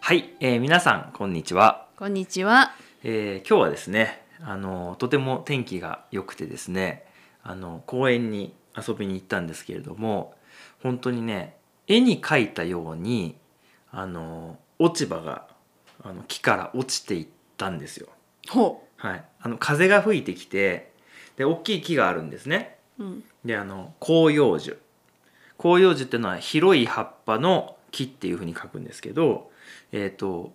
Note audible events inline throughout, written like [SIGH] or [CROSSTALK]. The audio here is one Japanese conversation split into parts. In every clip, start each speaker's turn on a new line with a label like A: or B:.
A: はい、えー皆さんこんにちは、
B: こんにちは。
A: えー今日はですねあのとても天気が良くてですねあの公園に遊びに行ったんですけれども本当にね絵に描いたようにあの落ち葉があの木から落ちていったんですよ。
B: ほ
A: はい、あの風が吹いてきてで大きい木があるんですね。
B: う。うん。
A: であの広葉樹広葉樹ってのは広い葉っぱの木っていうふうに書くんですけどえっ、と、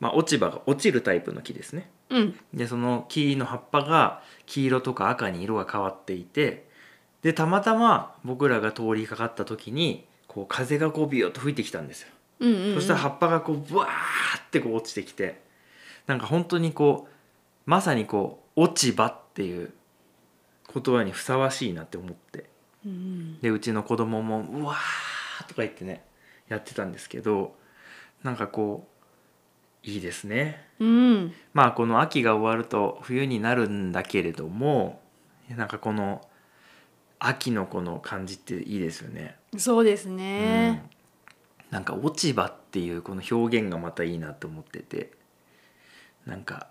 A: まあ、落ち葉が落ちるタイプの木ですね
B: うん。
A: でその木の葉っぱが黄色とか赤に色が変わっていてでたまたま僕らが通りかかった時にこう風がこうビューッと吹いてきたんですよ、
B: うんうん、うん。
A: そしたら葉っぱがこうブワーってこう落ちてきてなんか本当にこうまさにこう落ち葉っていう言葉にふさわしいなって思って
B: うん
A: でうちの子供も「うわー」とか言ってねやってたんですけどなんかこういいですね
B: うん。うん。
A: まあこの秋が終わると冬になるんだけれどもなんかこの秋のこの感じっていいですよね、
B: そうです
A: う
B: ね。
A: ん、なんか落ち葉っていうこの表現がまたいいなと思っててなんか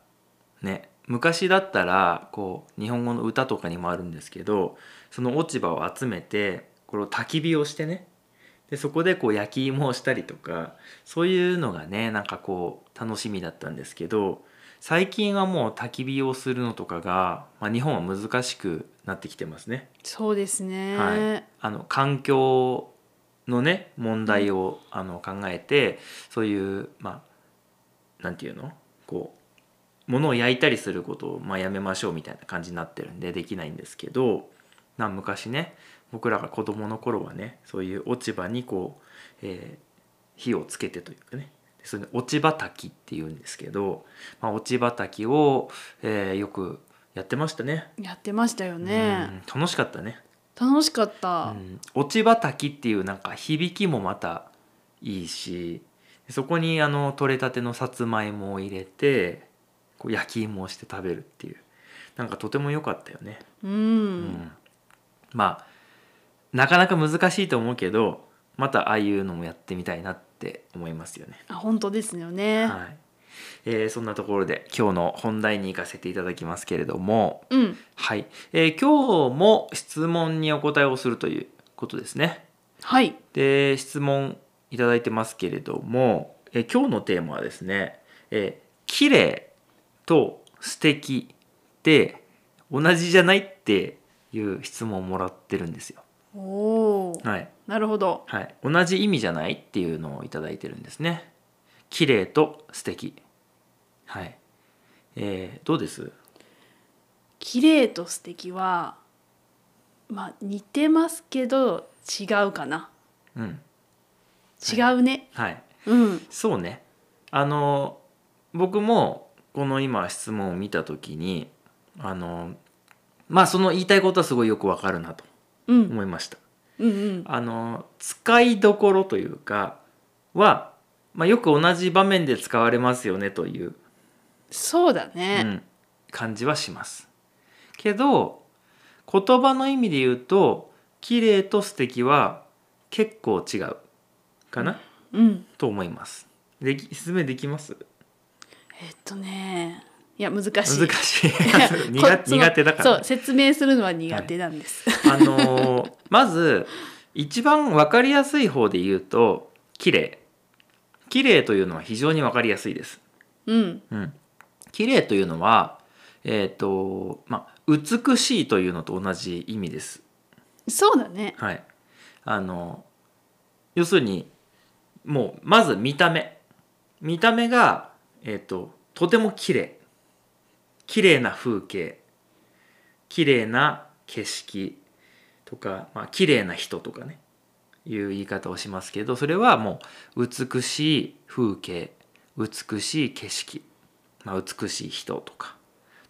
A: ね昔だったらこう日本語の歌とかにもあるんですけどその落ち葉を集めてこれを焚き火をしてねでそこでこう焼き芋をしたりとかそういうのがねなんかこう楽しみだったんですけど最近はもう焚き火をするのとかが、まあ、日本は難しくなってきてますね。
B: そうですね。
A: はい、あの環境のね問題を、あの考えてそういうまあなんていうのこう物を焼いたりすることを、まあ、やめましょうみたいな感じになってるんでできないんですけどな昔ね僕らが子供の頃はねそういう落ち葉にこう、えー火をつけてというかねでそれで落ち葉焚きっていうんですけど、まあ、落ち葉焚きを、えーよくやってましたね。
B: やってましたよね。
A: うん楽しかったね。
B: 楽しかった。
A: うん、落ち葉滝っていうなんか響きもまたいいしそこにあの採れたてのさつまいもを入れてこう焼き芋をして食べるっていうなんかとても良かったよね、
B: うん。
A: うんまあなかなか難しいと思うけどまたああいうのもやってみたいなって思いますよね。
B: あ、本当ですよね。
A: はいえーそんなところで今日の本題に行かせていただきますけれども、
B: うん。
A: はいえー今日も質問にお答えをするということですね。
B: はい。
A: で質問いただいてますけれどもえ今日のテーマはですね「え綺麗と素敵って同じじゃない?」っていう質問をもらってるんですよ。
B: おお。
A: はい
B: なるほど。
A: はい、同じ意味じゃないっていうのをいただいてるんですね。綺麗と素敵はい、えーどうです
B: 綺麗と素敵は。まあ、似てますけど、違うかな。
A: うん
B: 違うね。
A: はい
B: うん。
A: そうねあの僕もこの今質問を見た時にあのまあその言いたいことはすごいよくわかるなと
B: うん。
A: 思いました。
B: うん。うん。
A: あの使いどころというかは、まあ、よく同じ場面で使われますよねという、
B: そうだ
A: う
B: ね。
A: ん、感じはします。けど言葉の意味で言うと綺麗と素敵は結構違うかな
B: うん
A: と思います。でき説明できます
B: えっとねいや難しい
A: 難しい
B: [LAUGHS] こ
A: 苦
B: その
A: 苦手だか
B: そ
A: ら
B: う説明するのは苦手なんです、
A: あのーまず一番分かりやすい方で言うと綺麗綺麗というのは非常に分かりやすいです、
B: [LAUGHS] うん
A: うん、綺麗というのはえっ、とまあ美しいというのと同じ意味です
B: そうだね
A: はいあの要するにもうまず見た目見た目がえっ、ととても綺麗綺麗な風景綺麗な景色とか、まあ綺麗な人とかねいう言い方をしますけどそれはもう美しい風景美しい景色、まあ、美しい人とか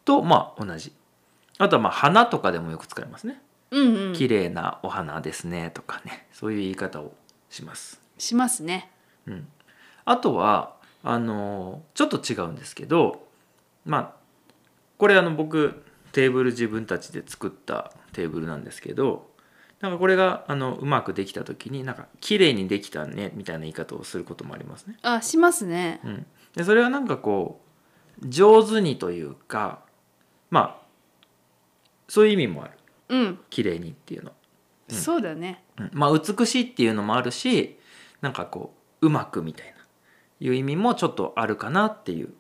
A: とまあ同じあとはまあ花とかでもよく使いますね
B: うんうん
A: 綺麗なお花ですねとかねそういう言い方をします。
B: しますね
A: うん、あとはあのちょっと違うんですけどまあこれあの僕テーブル自分たちで作ったテーブルなんですけどなんかこれがあのうまくできた時になんか綺麗にできたねみたいな言い方をすることもありますね。
B: あしますね
A: うん、でそれはなんかこう上手にというかまあそういう意味もある
B: うん、
A: 綺麗にっていうの、うん
B: そうだね
A: うんまあ美しいっていうのもあるしなんかこううまくみたいないう意味もちょっとあるかなっていう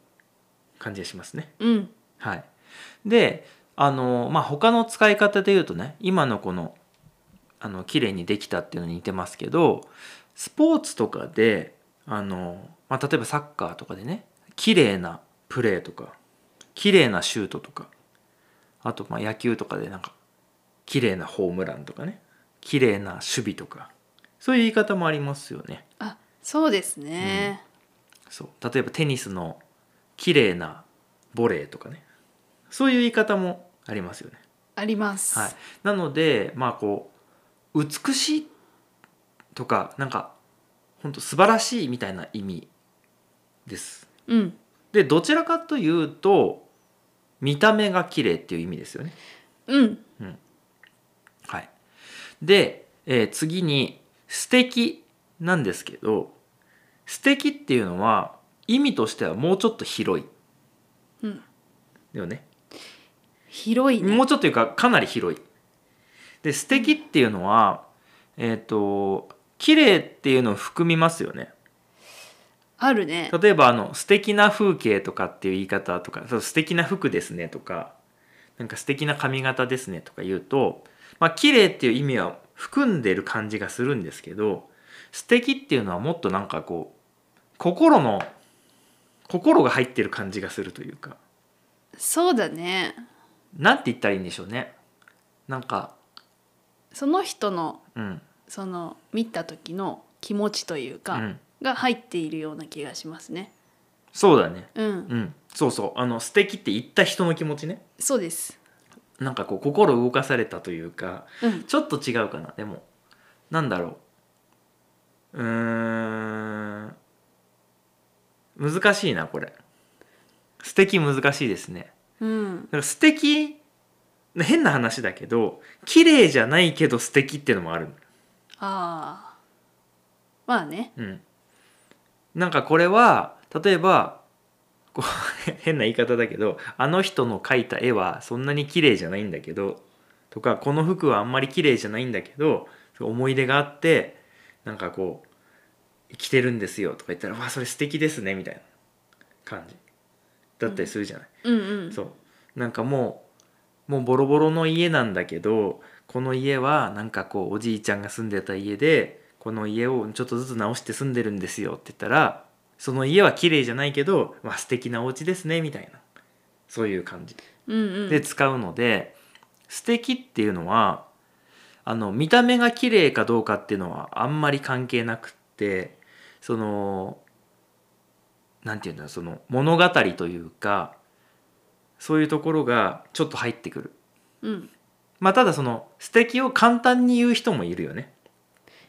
A: 感じがしますね。
B: うん
A: はい、であの、まあ、他の使い方で言うとね今のこのあの綺麗にできたっていうのに似てますけどスポーツとかであの、まあ、例えばサッカーとかでね綺麗なプレーとか綺麗なシュートとかあとまあ野球とかでなんか綺麗なホームランとかね綺麗な守備とかそういう言い方もありますよね。
B: あそうですね、
A: そう例えばテニスの綺麗なボレーとかねそういう言い方もありますよね。
B: あります、
A: はい、なのでまあこう美しいとかなんか本当素晴らしいみたいな意味です。
B: うん
A: でどちらかというと見た目が綺麗っていう意味ですよね。
B: うん
A: はい、で、えー次に「素敵なんですけど「素敵っていうのは意味としてはもうちょっと広い。
B: うん
A: よね。
B: 広いね
A: もうちょっとというかかなり広い。で素敵っていうのはえっ、と綺麗っていうのを含みますよね。
B: あるね
A: 例えばあの素敵な風景とかっていう言い方とかそう素敵な服ですねとかなんか素敵な髪型ですねとか言うとまあ綺麗っていう意味は含んでる感じがするんですけど素敵っていうのはもっとなんかこう心の心が入ってる感じがするというか
B: そうだね
A: なんて言ったらいいんでしょうねなんか
B: その人の
A: うん
B: その見た時の気持ちというか、
A: うん、
B: が入っているような気がしますね
A: そうだね
B: うん、
A: うんそうそうあの素敵って言った人の気持ちね
B: そうです
A: なんかこう心動かされたというか
B: うん
A: ちょっと違うかなでもなんだろううーん難しいなこれ素敵難しいですね
B: うん
A: だから素敵変な話だけど綺麗じゃないけど素敵ってのもある
B: ああまあね
A: うんなんかこれは例えばこう [LAUGHS] 変な言い方だけどあの人の描いた絵はそんなに綺麗じゃないんだけどとかこの服はあんまり綺麗じゃないんだけど思い出があってなんかこう着てるんですよとか言ったら「わあそれ素敵ですね」みたいな感じだったりするじゃない。
B: うんうん
A: そうなんかもうもうボロボロの家なんだけどこの家はなんかこうおじいちゃんが住んでた家でこの家をちょっとずつ直して住んでるんですよって言ったらその家は綺麗じゃないけど、まあ、素敵なお家ですねみたいなそういう感じ
B: うんうん
A: で使うので、素敵っていうのはあの見た目が綺麗かどうかっていうのはあんまり関係なくってそのなんていうんだろうその物語というかそういうところがちょっと入ってくる
B: うん
A: まあただその素敵を簡単に言う人もいるよね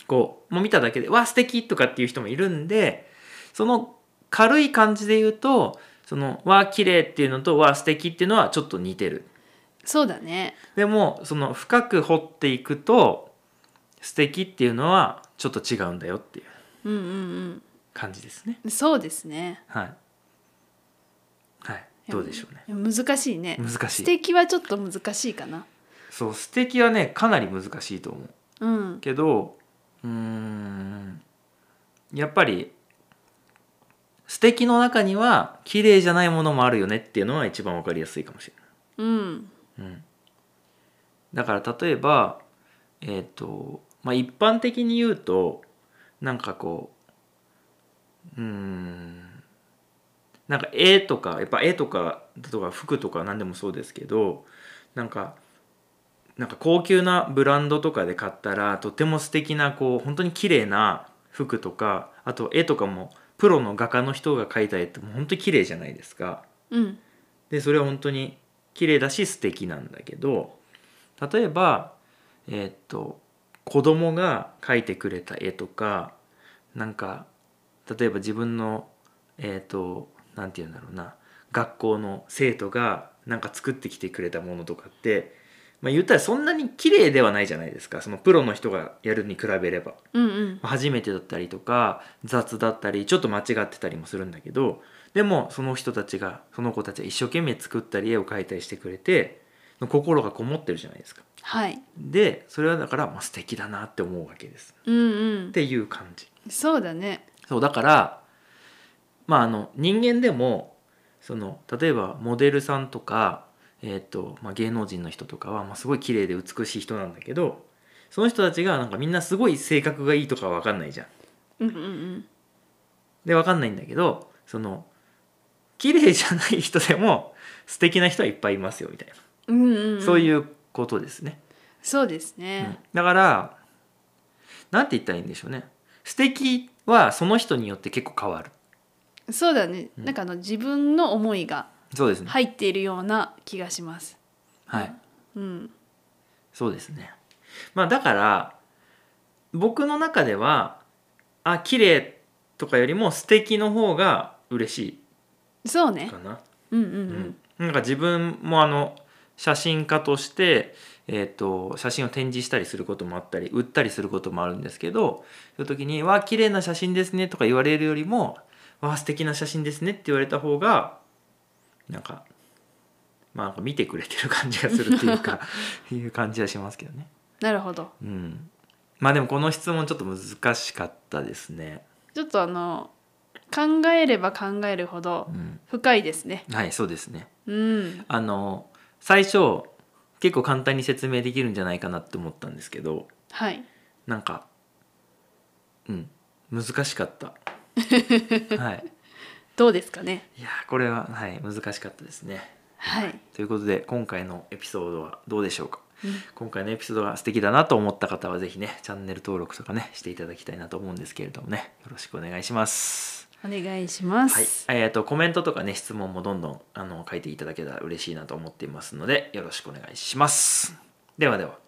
A: こうもう見ただけで「わ素敵とかっていう人もいるんでその軽い感じで言うとその「わ綺麗っていうのと「わ素敵っていうのはちょっと似てる
B: そうだね
A: でもその深く掘っていくと素敵っていうのはちょっと違うんだよっていう
B: うんうん
A: 感じですね
B: うんそうですね
A: はいはいどうでしょうね
B: いや難しいね
A: 難し
B: 素
A: い
B: 敵はちょっと難しいかな
A: そう素敵はねかなり難しいと思う
B: うん
A: けどうーんやっぱり素敵の中には綺麗じゃないものもあるよねっていうのは一番わかりやすいかもしれない
B: うん
A: うん、だから例えばえっ、とまあ一般的に言うとなんかこううーんなんか絵とかやっぱ絵とかとか服とか何でもそうですけどなんかなんか高級なブランドとかで買ったらとても素敵なこう本当に綺麗な服とかあと絵とかもプロの画家の人が描いた絵ってもう本当に綺麗じゃないですか。
B: うん
A: でそれは本当に綺麗だし素敵なんだけど例えばえーっと子供が描いてくれた絵とかなんか例えば自分のえーっとなんて言うんだろうな学校の生徒がなんか作ってきてくれたものとかってまあ、言ったらそんなに綺麗ではないじゃないですかそのプロの人がやるに比べれば
B: うんうん
A: 初めてだったりとか雑だったりちょっと間違ってたりもするんだけどでもその人たちがその子たちが一生懸命作ったり絵を描いたりしてくれて心がこもってるじゃないですか
B: はい
A: でそれはだからまあ素敵だなって思うわけです
B: うん
A: っ、ていう感じ
B: うん、そうだね
A: そうだからまああの人間でもその例えばモデルさんとか、えーとまあ、芸能人の人とかは、まあ、すごい綺麗で美しい人なんだけどその人たちがなんかみんなすごい性格がいいとかは分かんないじゃん。
B: うんうんうん
A: で分かんないんだけどその綺麗じゃない人でも素敵な人はいっぱいいますよみたいな、
B: うんうんん
A: そう
B: う
A: いうことですね。
B: そうです
A: うん
B: ね、
A: だからなんて言ったらいいんでしょうね素敵はその人によって結構変わる。
B: そうだね、
A: うん
B: なんかあの自分の思いが
A: そうですね。
B: 入っているような気がします
A: はい
B: うん
A: そうですね。まあだから僕の中ではあ綺麗とかよりも素敵の方が嬉し
B: そう
A: い
B: ね
A: かな。
B: うんうんうん、
A: なんか自分もあの写真家として、えー、と写真を展示したりすることもあったり売ったりすることもあるんですけどそういう時に「わあ綺麗な写真ですね」とか言われるよりも「わあ素敵な写真ですね」って言われた方がなんかまあなんか見てくれてる感じがするっていう
B: [LAUGHS]
A: かいう感じはしますけどね。
B: なるほど
A: うん、まあでもこの質問ちょっと難しかったですね。
B: ちょっとあの考えれば考えるほど
A: うん、
B: 深いですね
A: はいそうですね。
B: うん
A: あの最初結構簡単に説明できるんじゃないかなって思ったんですけど
B: はい
A: なんかうん難しか
B: [LAUGHS]
A: った。はい、
B: どうですかね
A: いやーこれは、はい、難しかったですね。
B: はい、
A: ということで今回のエピソードはどうでしょうか
B: うん
A: 今回のエピソードが素敵だなと思った方は是非ねチャンネル登録とかねしていただきたいなと思うんですけれどもねよろしくお願いします。
B: お願いしま
A: はい
B: す。、
A: えっ、とコメントとかね質問もどんどんあの書いていただけたら嬉しいなと思っていますのでよろしくお願いします。ではでは。